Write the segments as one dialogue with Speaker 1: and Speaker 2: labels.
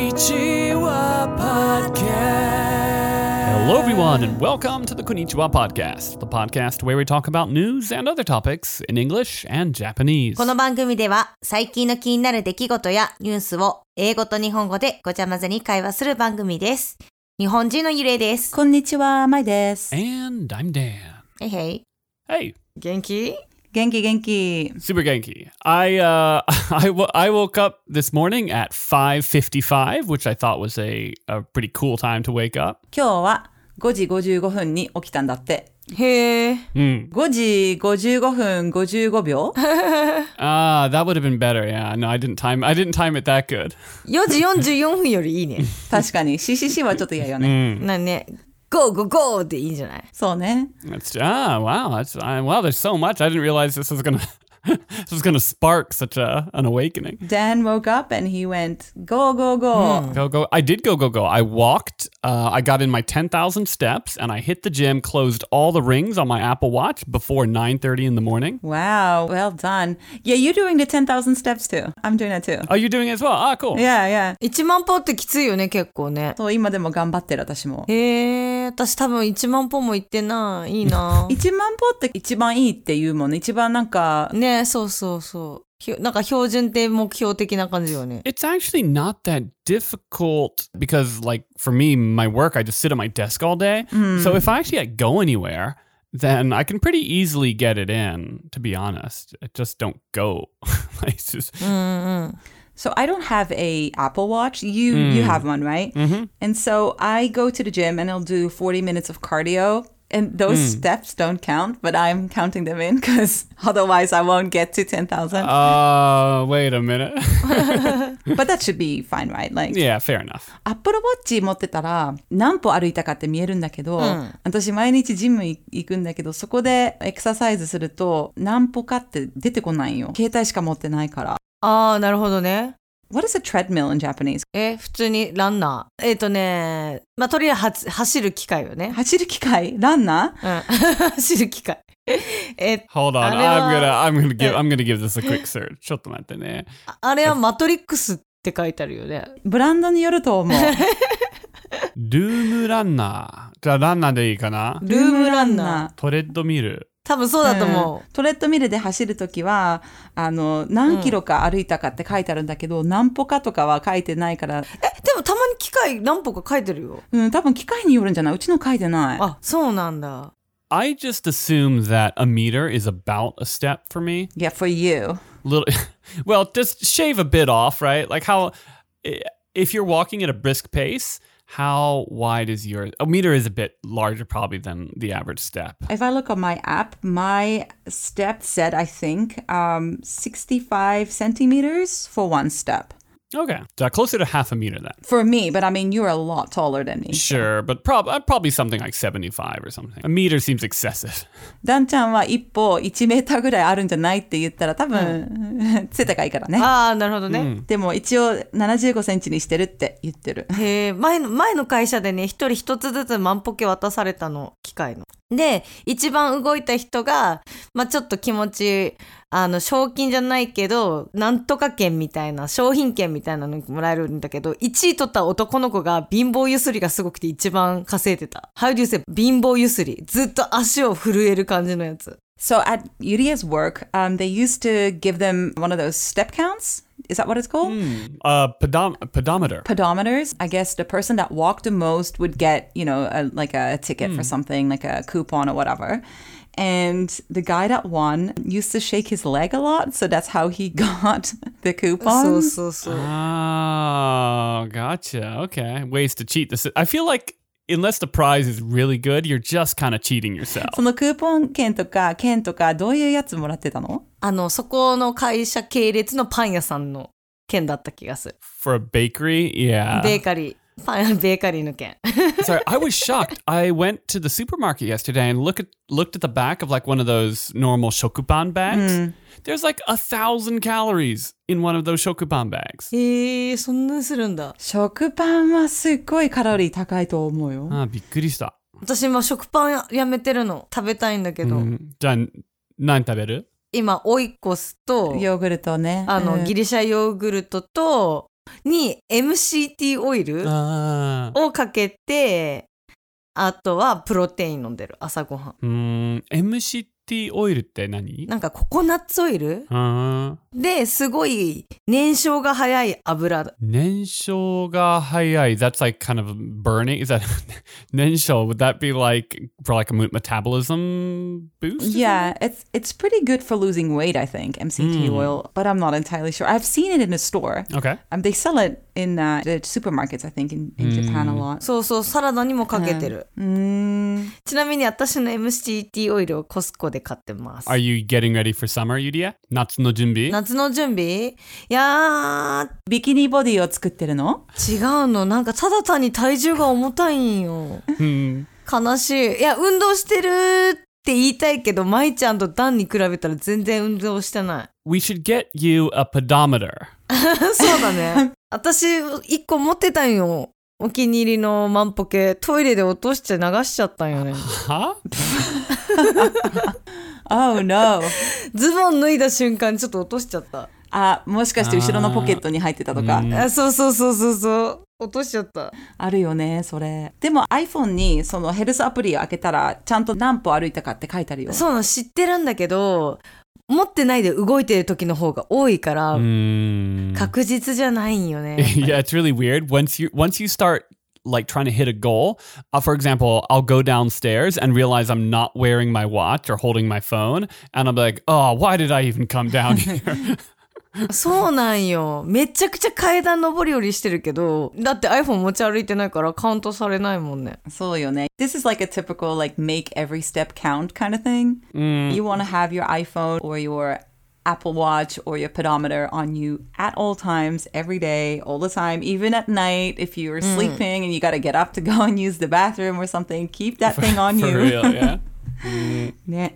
Speaker 1: Konnichiwa Podcast.
Speaker 2: Hello, everyone, and welcome to the Konnichiwa Podcast, the podcast where we talk about news and other topics in English and Japanese.
Speaker 3: この番組では最近の気になる出来事やニュースを英語と日本語でごちゃ混ぜに会話する番組です。日本人のゆれです。
Speaker 4: こんにちは、まいです。
Speaker 2: And I'm Dan.
Speaker 3: へいへい。
Speaker 2: Hey,
Speaker 3: 元気
Speaker 4: 元気元気。
Speaker 2: Super Genki. I, uh, I, w- I woke up this morning at 5.55, which I thought was a, a pretty cool time to wake up.
Speaker 4: 今日は5時55分に起きたんだって。
Speaker 3: へえ。
Speaker 2: Hmm.
Speaker 4: 5時55分55秒
Speaker 2: Ah, that would have been better. Yeah, no, I didn't time, I didn't time it that good.
Speaker 3: 4時44分よりいいね。
Speaker 4: 確かに CCC はちょっと嫌よね。
Speaker 3: なんね。ゴーゴーゴーっていいんじゃない
Speaker 4: そうね。
Speaker 2: That's, ah, wow. That's, I, wow, there's so much. I didn't realize this was going to... this was going to spark such a, an awakening.
Speaker 4: Dan woke up and he went go go go.
Speaker 2: Go go! I did go go go. I walked. Uh, I got in my ten thousand steps, and I hit the gym. Closed all the rings on my Apple Watch before nine thirty in the morning.
Speaker 4: Wow, well done. Yeah, you're doing the 10,000 steps too. I'm doing that too.
Speaker 2: Oh, you're doing it as well. Ah, cool.
Speaker 4: Yeah, yeah.
Speaker 3: 1万歩ってきついよね、結構ね。
Speaker 4: そう、今でも頑張ってる私も。。
Speaker 3: へえ。私多分1万歩も行ってない。いいな
Speaker 4: 1万 歩って一番いいって言うもんね。一番なんか、
Speaker 3: ねえ、そうそうそうひょ。なんか標準って目標的な感じよね。
Speaker 2: It's actually not that difficult because, like, for me, my work, I just sit at my desk all day.
Speaker 3: Mm.
Speaker 2: So if I actually like, go anywhere, then I can pretty easily get it in. To be honest, I just don't go places.
Speaker 3: Mm.
Speaker 4: So I don't have a Apple Watch. You
Speaker 2: Mm.
Speaker 4: you have one, right? Mm-hmm. And so I go to the gym and I'll do 40 minutes of cardio. And those
Speaker 2: Mm.
Speaker 4: steps don't count, but I'm counting them in because otherwise I won't get to 10,000.
Speaker 2: Uh, wait a minute.
Speaker 4: but that should be fine, right? Like, "Ah,
Speaker 2: yeah, fair enough.
Speaker 4: Apple Watch 持ってたら何歩歩いたかって見えるんだけど、
Speaker 2: Mm.
Speaker 4: 私毎日ジム行くんだけど、そこでエクササイズすると何歩かって出てこないよ。携帯しか持ってないから。
Speaker 3: ああ、なるほどね。
Speaker 4: What is a treadmill in Japanese?
Speaker 3: え、普通にランナー。えっ、とね、まあ、とりあえずはつ走る機械よね。
Speaker 4: 走る機械ランナー
Speaker 3: うん、 走る機械。えっ
Speaker 2: Hold on,
Speaker 3: I know,
Speaker 2: I'm gonna I'm gonna give
Speaker 3: uh,
Speaker 2: I'm gonna give this a quick search. ちょっと待ってね。
Speaker 3: ああれはマトリックスって書いてあるよね。
Speaker 4: ブランドによると思う。
Speaker 2: ルームランナー。じゃあ、ランナーでいいかな
Speaker 3: ルームランナー。
Speaker 2: トレッドミル。
Speaker 3: 多分そうだと思う。
Speaker 4: んトレッドミルで走るときは、あの、何キロか歩いたかって書いてあるんだけど、何歩かとかは書いてないから、
Speaker 3: え、でもたまに機械何歩か書いてるよ。
Speaker 4: うん、多分機械によるんじゃないうちの書いてない。
Speaker 3: あ、そうなんだ。
Speaker 2: I just assume that a meter is about a step for me.
Speaker 4: Yeah, for you.
Speaker 2: Little, well, just shave a bit off, right? Like how, if you're walking at a brisk pace, how wide is your a meter? Is a bit larger probably than the average step.
Speaker 4: If I look on my app, my step said, I think, um, 65 centimeters for one step.
Speaker 2: Okay, so closer to half a meter then.
Speaker 4: For me, but I mean, you're a lot taller than me.
Speaker 2: Sure, but prob- uh, probably something like 75 or something. A meter seems excessive.
Speaker 4: ダンちゃんは一歩1メーターぐらいあるんじゃないって言ったら多 分、背高いからね。
Speaker 3: ああ、なるほどね。
Speaker 4: でも一応75センチにしてるって言ってる。
Speaker 3: へえ、前の、前の会社でね、一人一つずつ万歩計渡されたの、機械の。で、一番動いた人が、まあ、ちょっと気持ち、あの、賞金じゃないけど、なんとか券みたいな、商品券みたいなのもらえるんだけど、1位取った男の子が貧乏ゆすりがすごくて一番稼いでた。How do you say 貧乏ゆすりずっと足を震える感じのやつ。
Speaker 4: So at Yuria's work, um, they used to give them one of those step counts. Is that what it's called?
Speaker 2: Uh, podom- pedometer.
Speaker 4: Pedometers. I guess the person that walked the most would get, you know, a, like a ticket for something, like a coupon or whatever. And the guy that won used to shake his leg a lot. So that's how he got the
Speaker 3: そ
Speaker 4: coupon.
Speaker 3: うそうそう。
Speaker 2: Oh, gotcha. Okay. Ways to cheat this. I feel like unless the prize is really good, you're just kind of cheating yourself.
Speaker 4: そのクーポン券とか券とかどういうやつもらってたの
Speaker 3: あの、そこの会社系列のパン屋さんの券だった気がする。
Speaker 2: For a bakery, yeah.
Speaker 3: ベーカリー。パン、ベーカリーの券。
Speaker 2: Sorry, I was shocked. I went to the supermarket yesterday and look at looked at the back of like one of those normal shokuban bags. There's like a thousand calories in one of those shokuban bags.
Speaker 3: へえ、そんなにするんだ。
Speaker 4: 食パンはすっごいカロリー高いと思うよ。
Speaker 2: Ah, びっくりした。
Speaker 3: 私今食パンやめてるの。食べたいんだけど。
Speaker 2: Mm. じゃあ、何食べる
Speaker 3: 今、オイコスと、
Speaker 4: ヨーグルトね。
Speaker 3: あの、
Speaker 4: うん
Speaker 3: ギリシャヨーグルトと、に MCT オイル
Speaker 2: あー
Speaker 3: をかけてあとはプロテイン飲んでる朝ごはん
Speaker 2: うーん MCT オイルって何
Speaker 3: なんかココナッツオイル
Speaker 2: うん
Speaker 3: ですごい燃焼が早い油
Speaker 2: 燃焼が早い that's like kind of burning is that 燃焼 would that be like for like a mo- metabolism boost or
Speaker 4: Yeah, it's it's pretty good for losing weight, I think, MCT
Speaker 2: Mm.
Speaker 4: oil, but I'm not entirely sure. I've seen it in a store.
Speaker 2: something? okay
Speaker 4: Um, they sell it in uh, the supermarkets, I think, in, in Japan a
Speaker 2: Mm.
Speaker 4: lot.
Speaker 3: そうそうサラダにもかけてる、
Speaker 4: Mm.
Speaker 3: ちなみに私の MCT オイルをコスコで買ってます
Speaker 2: are you getting ready for summer Yuria 夏の準備
Speaker 3: 夏の準備いや
Speaker 4: ビキニボディを作ってるの
Speaker 3: ー違うのなんかただ単に体重が重たいんよ
Speaker 2: うん
Speaker 3: 悲しいいや運動してるって言いたいけど舞ちゃんとダンに比べたら全然運動してない
Speaker 2: we should get you a pedometer
Speaker 3: そうだね私一個持ってたんよお気に入りのマンポケトイレで落として流しちゃった んよね
Speaker 2: huh
Speaker 4: Oh no.
Speaker 3: ズボン脱いだ瞬間ちょっと落としちゃった
Speaker 4: あ、もしかして後ろのポケットに入ってたとか。
Speaker 2: うん
Speaker 3: あそうそうそうそうそう落としちゃった
Speaker 4: あるよね、それ。でも iPhone にそのヘルスアプリを開けたら、ちゃんと何歩歩いたかって書いてあるよ。
Speaker 3: そうなの知ってるんだけど持ってないで動いてる時の方が多いから、
Speaker 4: Hmm.
Speaker 2: Mm.
Speaker 3: 確実じゃないんよね
Speaker 2: yeah, it's really weird. Once you once you start like trying to hit a goal, uh, for example, I'll go downstairs and realize I'm not wearing my watch or holding my phone, and I'm like, oh, why did I even come down here?
Speaker 3: そうなんよめちゃくちゃ階段上り下りしてるけどだって iPhone 持ち歩いてないからカウントされないもんね
Speaker 4: そうよね。This is like a typical like make every step count kind of thing.
Speaker 2: Mm.
Speaker 4: You want to have your iPhone or your Apple Watch or your pedometer on you at all times, every day, all the time, even at night. If you're
Speaker 2: Mm.
Speaker 4: sleeping and you got to get up to go and use the bathroom or something, keep that thing on
Speaker 2: For
Speaker 4: you.
Speaker 2: real, yeah.
Speaker 4: Yeah.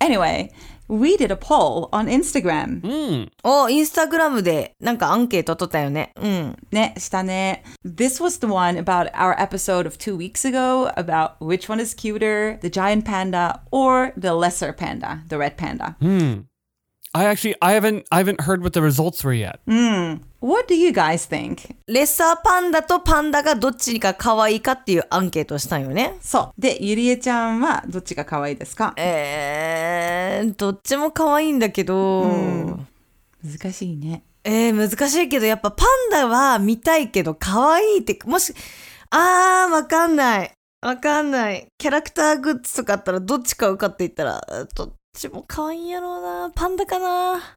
Speaker 4: Anyway, we did a poll on Instagram.
Speaker 3: おインスタグラムでなんかアンケート取ったよねうん
Speaker 4: ね、したね. This was the one about our episode of two weeks ago about which one is cuter, the giant panda or the lesser panda, the red panda.
Speaker 2: Hmm. I actually I haven't I haven't heard what the results were yet.
Speaker 4: What do you guys think?
Speaker 3: レッサーパンダとパンダがどっちが可愛いかっていうアンケートをしたんよね
Speaker 4: そう。で、ゆりえちゃんはどっちが可愛いですか
Speaker 3: えー、どっちも可愛いんだけど、
Speaker 4: 難しいね。
Speaker 3: えー、難しいけど、やっぱパンダは見たいけど、可愛いって、もし、あー、わかんない。わかんない。キャラクターグッズとかあったら、どっち買うかって言ったら、どっちも可愛いんやろうな。パンダかな。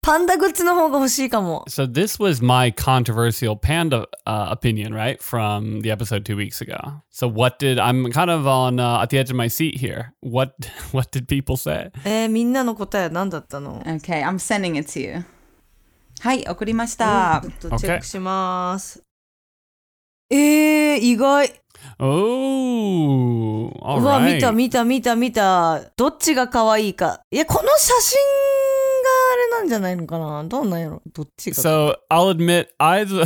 Speaker 3: パンダグッズの方が欲しいかも。
Speaker 2: So this was my controversial panda uh, opinion, right, from the episode two weeks ago. So what did I'm kind of on uh, at the edge of my seat here? What what did people say?
Speaker 3: えー、みんなの答えは何だったの
Speaker 4: Okay, I'm sending it to you. はい、送りました
Speaker 3: ちょ。っとチェックします。えー、意外。
Speaker 2: Oh, all
Speaker 3: うわ、
Speaker 2: right.
Speaker 3: 見た見た見た見た。どっちが可愛いか。いや、この写真があれなんじゃないのかな。どうなんやろ。どっちが。
Speaker 2: So I'll admit, I so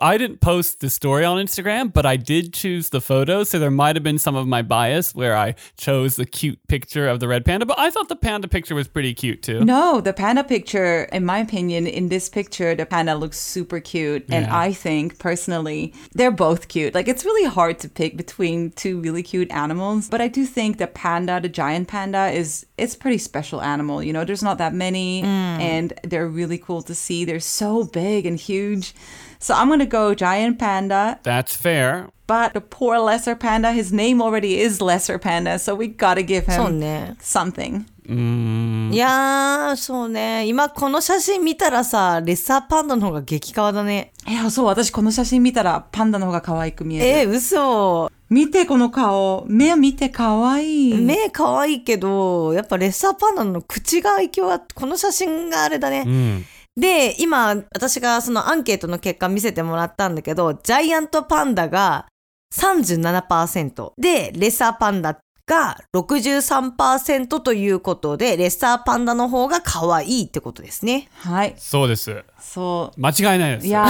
Speaker 2: I didn't post the story on Instagram, but I did choose the photo. So there might have been some of my bias where I chose the cute picture of the red panda, but I thought the panda picture was pretty cute too.
Speaker 4: No, the panda picture, in my opinion, in this picture, the panda looks super cute. And
Speaker 2: Yeah.
Speaker 4: I think, personally, they're both cute. Like, it's really hard to pick between two really cute animals. But I do think the panda, the giant panda, is it's a pretty special animal. You know, there's not that many, and they're really cool to see. They're so big and huge. So I'm gonna go giant panda,
Speaker 2: That's fair.
Speaker 4: but the poor lesser panda, his name already is lesser panda, so we gotta give
Speaker 3: そう
Speaker 4: him
Speaker 3: ね。
Speaker 4: something.
Speaker 3: いやー、そうね。今この写真見たらさ、レッサーパンダの方が激カワだね。
Speaker 4: いや、そう、私この写真見たらパンダの方が可愛く見える。
Speaker 3: えー、嘘。
Speaker 4: 見てこの顔。目見て可愛い。
Speaker 3: 目可愛いけど、やっぱレッサーパンダの口が愛嬌は、この写真があれだね。で、今、私がそのアンケートの結果見せてもらったんだけど、ジャイアントパンダが37%で、レッサーパンダが63%ということで、レッサーパンダの方が可愛いってことですね。
Speaker 4: はい。
Speaker 2: So this
Speaker 4: そ
Speaker 2: 間違いないです。
Speaker 4: う。いや、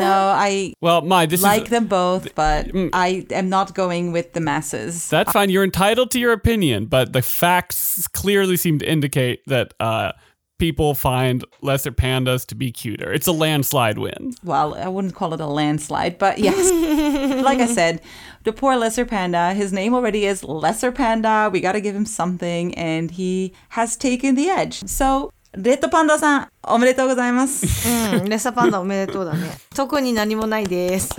Speaker 4: no, I
Speaker 2: Well, my this
Speaker 4: like
Speaker 2: is
Speaker 4: them both, but
Speaker 2: うん
Speaker 4: I am not going with the masses.
Speaker 2: that's fine. You're entitled to your opinion, but the facts clearly seem to indicate that uh, people find lesser pandas to be cuter. It's a landslide win.
Speaker 4: well, I wouldn't call it a landslide, but yes. like I said, the poor Lesser Panda, his name already is Lesser Panda. We got to give him something, and he has taken the edge. So, Reto Panda san, omedetou gozaimasu.
Speaker 3: うん、レッサーパンダおめでとうだね。特に何もないです。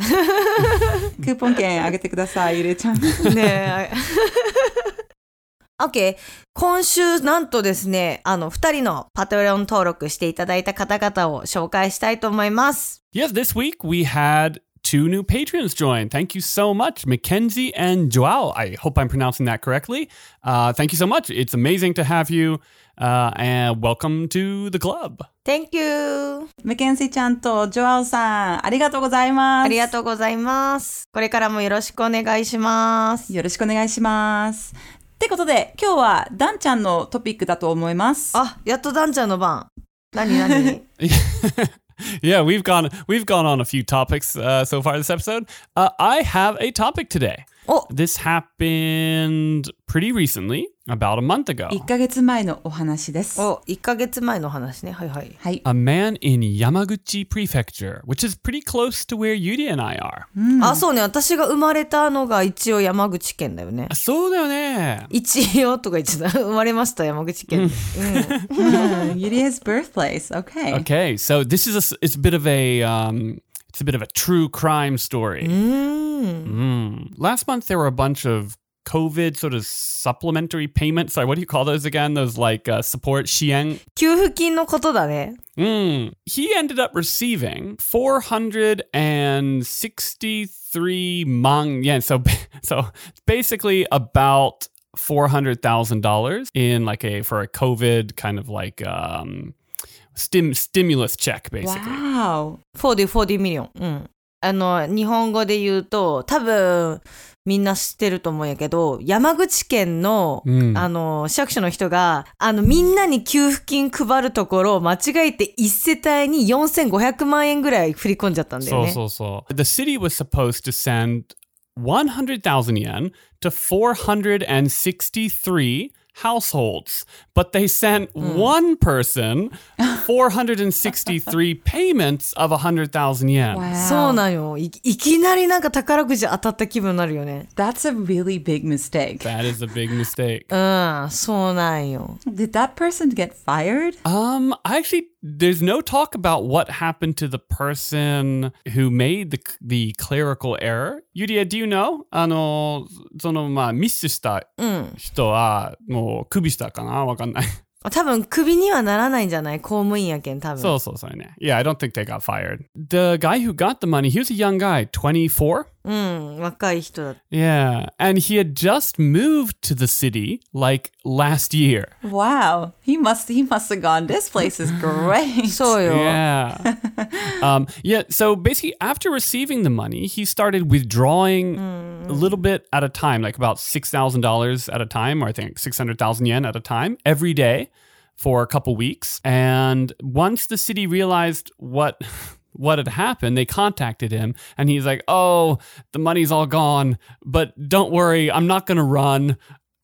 Speaker 4: Coupon 券あげてください、ゆれちゃん。
Speaker 3: ねえ。OK。今週、なんとですね、あの、二人のパトレオン登録していただいた方々を紹介したいと思います。
Speaker 2: Yes, this week we had two new patrons join. Thank you so much, Mackenzie and Joao. I hope I'm pronouncing that correctly. Uh, thank you so much. It's amazing to have you, uh, and welcome to the club.
Speaker 3: Thank you!
Speaker 4: メケンシちゃんとジョアオさん、ありがとうございます。
Speaker 3: ありがとうございます。これからもよろしくお願いします。
Speaker 4: よろしくお願いします。ってことで、今日はダンちゃんのトピックだと思います。
Speaker 3: あ、やっとダンちゃんの番。何 何
Speaker 2: yeah, we've gone we've gone on a few topics uh, so far this episode. Uh, I have a topic today.
Speaker 3: Oh.
Speaker 2: This happened pretty recently, about a month ago.
Speaker 4: 1ヶ月前のお話です。
Speaker 3: お、1ヶ月前の話ね。はいはい。
Speaker 4: はい。
Speaker 2: A man in Yamaguchi Prefecture, which is pretty close to where Yuri and I are.
Speaker 3: あ、そうね。私が生まれたのが一応山口県だよね。
Speaker 2: So there.
Speaker 3: 一応とか言ってた。生まれました、山口県。
Speaker 4: Yuri's birthplace. Okay.
Speaker 2: Okay, so this is a s- it's a bit of a um, it's a bit of a true crime story.
Speaker 3: うん。
Speaker 2: Mm. Last month there were a bunch of COVID sort of supplementary payments. Sorry, what do you call those again? Those like uh, support shieng.
Speaker 3: 給付金のことだね。
Speaker 2: Mm. He ended up receiving 463 mang yen. So so basically about $400,000 in like a for a COVID kind of like um stim stimulus check basically.
Speaker 4: Wow.
Speaker 3: 40、40ミリオン。うん。あの、日本語で言うと、多分、みんな知ってると思うんやけど、山口県の、
Speaker 2: うん
Speaker 3: あの、市役所の人が、あの、みんなに給付金配るところを間違えて1世帯に4500万円ぐらい振り込んじゃったんだよね。
Speaker 2: So, so, so. The city was supposed to send 100,000 yen to 463 households, but they sent
Speaker 3: Hmm.
Speaker 2: one person 463 payments of 100,000 yen.
Speaker 4: Wow.
Speaker 3: そうなんよい。いきなりなんか宝くじ当たった気分になるよね。
Speaker 4: That's a really big mistake.
Speaker 2: That is a big mistake.
Speaker 3: うん、そうなんよ。
Speaker 4: Did that person get fired?
Speaker 2: Um, I actually, there's no talk about what happened to the person who made the the clerical error. Yuria, do you know? あの、その、まあ、ミスした人は、もう、首したかなわかんない。
Speaker 3: 多分、クビにはならないんじゃない公務員やけん、多分。
Speaker 2: そうそうそうね。Yeah, I don't think they got fired. The guy who got the money, he was a young guy, 24.
Speaker 3: うん、若い人 だった。
Speaker 2: Yeah, and he had just moved to the city, like, last year.
Speaker 4: Wow. He must he must have gone. This place is great.
Speaker 3: そうよ。
Speaker 2: Yeah. um, yeah. So basically, after receiving the money, he started withdrawing a little bit at a time, like about six thousand dollars at a time, or I think six hundred thousand yen at a time every day for a couple weeks. And once the city realized what what had happened, they contacted him, and he's like, "Oh, the money's all gone, but don't worry, I'm not gonna run."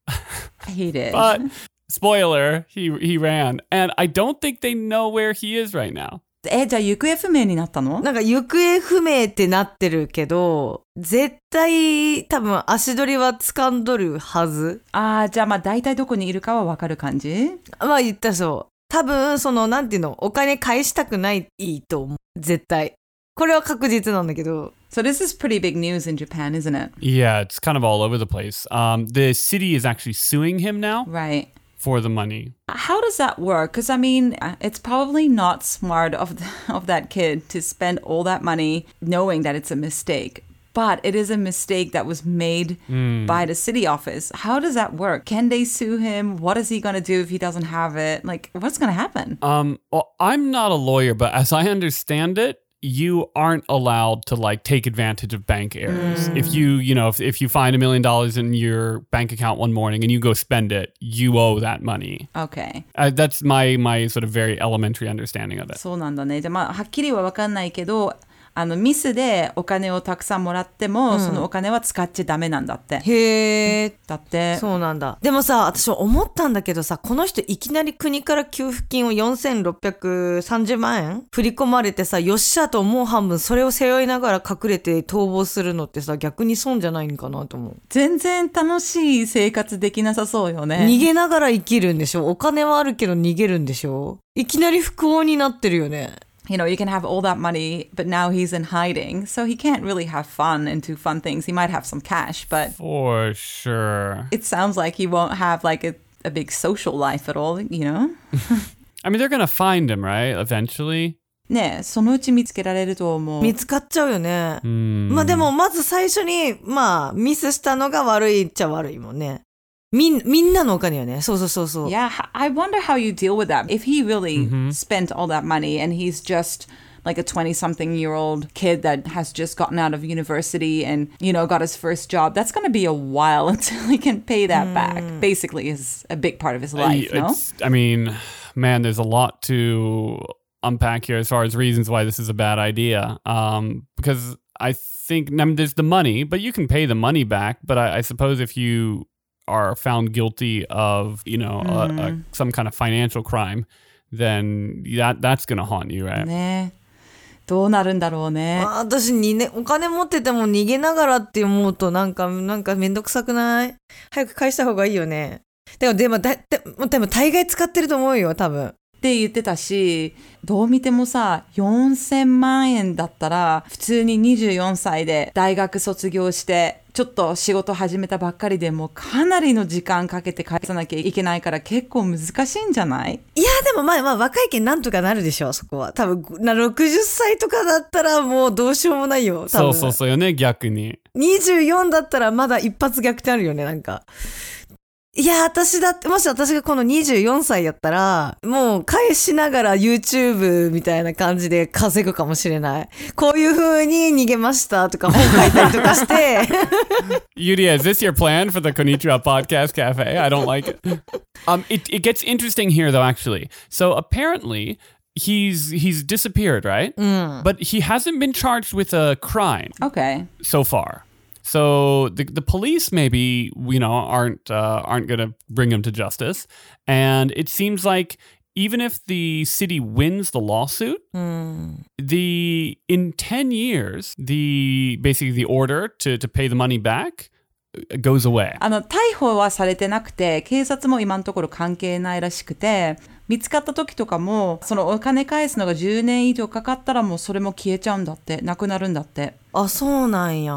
Speaker 4: I hate it.
Speaker 2: But spoiler, he he ran, and I don't think they know where he is right now.
Speaker 4: え、じゃあ行方不明になったの
Speaker 3: なんか行方不明ってなってるけど、絶対多分足取りは掴んどるはず。
Speaker 4: ああ、じゃあまあ大体どこにいるかはわかる感じ
Speaker 3: まあ言ったらそう。多分そのなんていうの、お金返したくないと思う。絶対。これは確実なんだけど。
Speaker 4: So this is pretty big news in Japan, isn't it?
Speaker 2: Yeah, it's kind of all over the place. Um, the city is actually suing him now
Speaker 4: Right.
Speaker 2: for the money.
Speaker 4: How does that work? Because I mean, uh, it's probably not smart of th of that kid to spend all that money knowing that it's a mistake. But it is a mistake that was made by the city office. How does that work? Can they sue him? What is he gonna do if he doesn't have it? Like, what's gonna happen?
Speaker 2: Um, well, I'm not a lawyer, but as I understand it, you aren't allowed to like take advantage of bank errors. If you, you know, if, if you find a million dollars in your bank account one morning and you go spend it, you owe that money.
Speaker 4: Okay.
Speaker 2: Uh, that's my my sort of very elementary understanding of it.
Speaker 4: そうなんだね。じゃあまあはっきりはわかんないけど、あのミスでお金をたくさんもらっても、そのお金は使っちゃダメなんだって
Speaker 3: へえ
Speaker 4: だって
Speaker 3: そうなんだでもさ私思ったんだけどさこの人いきなり国から給付金を4630万円振り込まれてさよっしゃと思う半分それを背負いながら隠れて逃亡するのってさ逆に損じゃないんかなと思う
Speaker 4: 全然楽しい生活できなさそうよね
Speaker 3: 逃げながら生きるんでしょお金はあるけど逃げるんでしょいきなり不幸になってるよね
Speaker 4: you know, you can have all that money, but now he's in hiding. So he can't really have fun and do fun things. He might have some cash, but
Speaker 2: For sure.
Speaker 4: it sounds like he won't have like a, a big social life at all, you know?
Speaker 2: I mean, they're going to find him, right? Eventually.
Speaker 4: ねえ、そのうち見つけられると思う。
Speaker 3: 見つかっちゃうよねまあでもまず最初にまあミスしたのが悪いっちゃ悪いもんねみんみんなのお金よねそうそうそうそう
Speaker 4: Yeah, h- I wonder how you deal with that. If he really spent all that money and he's just like a 20 something year old kid that has just gotten out of university and, you know, got his first job, that's going to be a while until he can pay that back. Basically, is a big part of his life,
Speaker 2: I,
Speaker 4: no?
Speaker 2: it's- I mean, man, there's a lot to unpack here as far as reasons why this is a bad idea. Um, because I think, I mean, there's the money, but you can pay the money back. But I, I suppose if you are found guilty of, you know, a,
Speaker 4: Mm.
Speaker 2: a, some kind of financial crime, then that that's gonna haunt you, right?
Speaker 4: ねえどうなるんだろうね。
Speaker 3: まあ私にねお金持ってても逃げながらって思うとなんかなんかめんどくさくない早く返した方がいいよねでもでもだでもでも大概使ってると思うよ多分
Speaker 4: って言ってたし、どう見てもさ、4000万円だったら、普通に24歳で大学卒業して、ちょっと仕事始めたばっかりでもうかなりの時間かけて返さなきゃいけないから結構難しいんじゃない
Speaker 3: いやでもまあまあ若いけんなんとかなるでしょそこは多分な60歳とかだったらもうどうしようもないよ多分
Speaker 2: So so so よね、逆に。
Speaker 3: 24だったらまだ一発逆転あるよね、なんか。いや、私だって、もし私がこの24歳やったら、もう返しながら YouTube みたいな感じで稼ぐかもしれない。こういう風に逃げましたとか本書いたりとかして、
Speaker 2: Yuria, is this your plan for the Konnichiwa Podcast Cafe? I don't like it. Um, it, it gets interesting here, though, actually. So apparently, he's he's disappeared, right? But he hasn't been charged with a crime
Speaker 4: ?Okay.
Speaker 2: so far. So the, the police maybe you know aren't uh, aren't gonna bring him to justice, and it seems like even if the city wins the lawsuit, the in ten years the basically the order to to pay the money back uh, goes away.
Speaker 4: あの、逮捕はされてなくて、警察も今のところ関係ないらしくて、見つかった時とかも、そのお金返すのが10年以上かかったらもうそれも消えちゃうんだって、なくなるんだって。
Speaker 3: あ、そうなんや。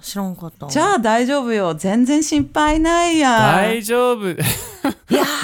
Speaker 3: 知らんかった。
Speaker 4: じゃあ大丈夫よ。全然心配ないや。
Speaker 2: 大丈夫。
Speaker 3: いや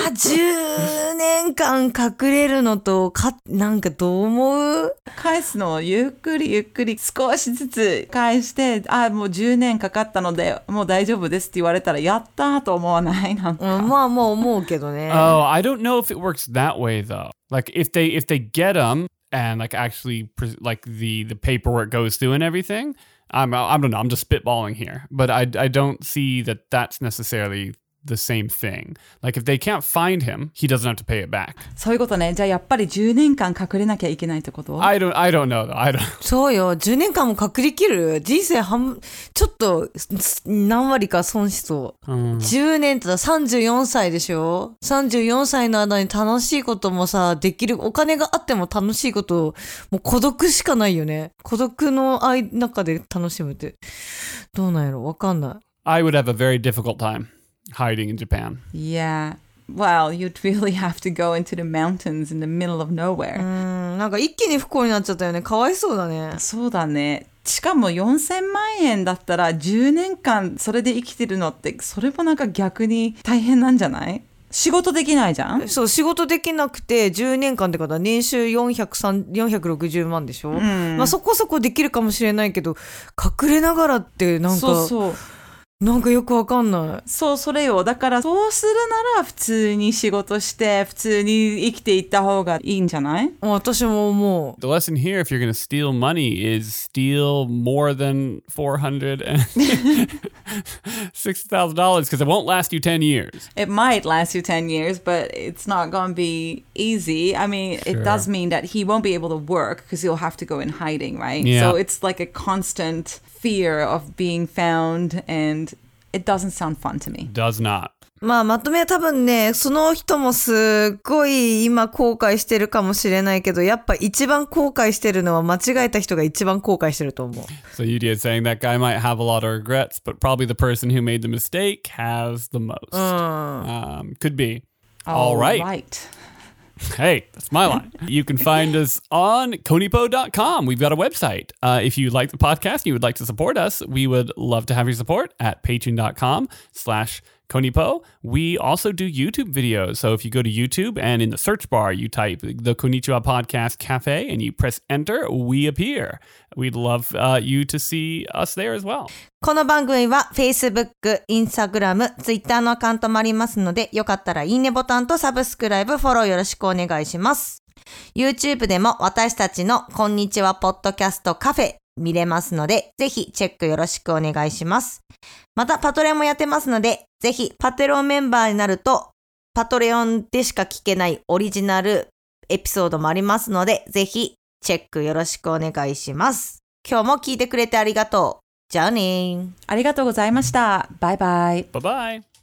Speaker 3: ー、10年間隠れるのと、か、なんかどう思う
Speaker 4: 返すのをゆっくりゆっくり少しずつ返して、あ、もう10年かかったので、もう大丈夫ですって言われたら、やったーと思わないなん
Speaker 3: う
Speaker 4: か。
Speaker 3: ん、まあまあ思うけどね。
Speaker 2: Oh, I don't know if it works that way though. Like if they if they get him and like actually pres like the the paperwork goes through and everything. I'm I don't know. I'm just spitballing here, but I I don't see that that's necessarily the same thing. Like if they can't find him, he doesn't have to pay it back.
Speaker 4: そういうことね。じゃあやっぱり10年間隠れなきゃいけないってこと
Speaker 2: I don't I don't know though. I don't.
Speaker 3: そうよ。10年間も隠れきる人生半分、ちょっと、す何割か損しそう。10年ってだ34歳でしょ ?34 歳の間に楽しいこともさ、できる、お金があっても楽しいことを、もう孤独しかないよね。孤独の間中で楽しむって。どうなんやろわかんない。
Speaker 2: I would have a very difficult time hiding in Japan.
Speaker 4: Yeah. Well, you'd really have to go into the mountains in the middle of nowhere.
Speaker 3: うん、なんか一気に不幸になっちゃったよね。かわいそうだね。
Speaker 4: そうだね。しかも4000万円だったら10年間それで生きてるのって、それもなんか逆に大変なんじゃない仕事できないじゃん
Speaker 3: そう、仕事できなくて10年間ってことは年収403 460万でしょ、まあそこそこできるかもしれないけど、隠れながらってなんか、
Speaker 4: そうそう。
Speaker 3: なんかよくわかんない。
Speaker 4: そう、それよ。だから、そうするなら、普通に仕事して、普通に生きていった方がいいんじゃない
Speaker 3: 私も思
Speaker 2: The lesson here, if you're going to steal money, is steal more than 400 and $6,000 because it won't last you 10 years.
Speaker 4: It might last you 10 years, but it's not going to be easy. I mean, it does mean that he won't be able to work because he'll have to go in hiding, right?
Speaker 2: Yeah.
Speaker 4: So it's like a constant fear of being found, and it doesn't sound fun to me.
Speaker 2: Does not.
Speaker 3: まあまとめは多分ね、その人もすっごい今後悔してるかもしれないけど、やっぱ一番後悔してるのは間違えた人が一番後悔してると思う。
Speaker 2: So you did saying that guy might have a lot of regrets, but probably the person who made the mistake has the most. Um, could be. All right.
Speaker 4: right.
Speaker 2: Hey, that's my line. you can find us on konipo.com. We've got a website. Uh, if you like the podcast and you would like to support us, we would love to have your support at patreon.com slash konipo. We also do YouTube videos. So if you go to YouTube and in the search bar, you type the Konichiwa Podcast Cafe and you press enter, we appear. We'd love uh, you to see us there as well.
Speaker 3: この番組は Facebook、Instagram、Twitter のアカウントもありますので、よかったらいいねボタンとサブスクライブ、フォローよろしくお願いします。YouTube でも私たちのこんにちはポッドキャストカフェ見れますので、ぜひチェックよろしくお願いします。またパトレオンもやってますので、ぜひパトレオンメンバーになると、パトレオンでしか聞けないオリジナルエピソードもありますので、ぜひチェックよろしくお願いします。今日も聞いてくれてありがとう。じゃあねー。
Speaker 4: ありがとうございました。バイバイ。
Speaker 2: Bye bye.